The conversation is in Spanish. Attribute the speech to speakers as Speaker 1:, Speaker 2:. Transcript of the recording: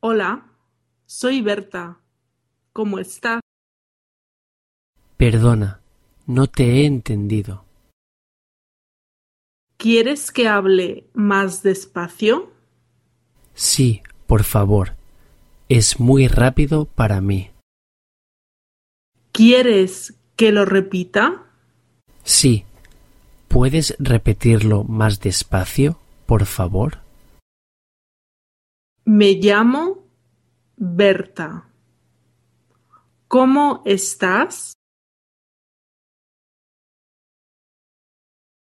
Speaker 1: Hola, soy Berta. ¿Cómo estás?
Speaker 2: Perdona, no te he entendido.
Speaker 1: ¿Quieres que hable más despacio?
Speaker 2: Sí, por favor. Es muy rápido para mí.
Speaker 1: ¿Quieres que lo repita?
Speaker 2: Sí. ¿Puedes repetirlo más despacio, por favor?
Speaker 1: Me llamo Berta. ¿Cómo estás?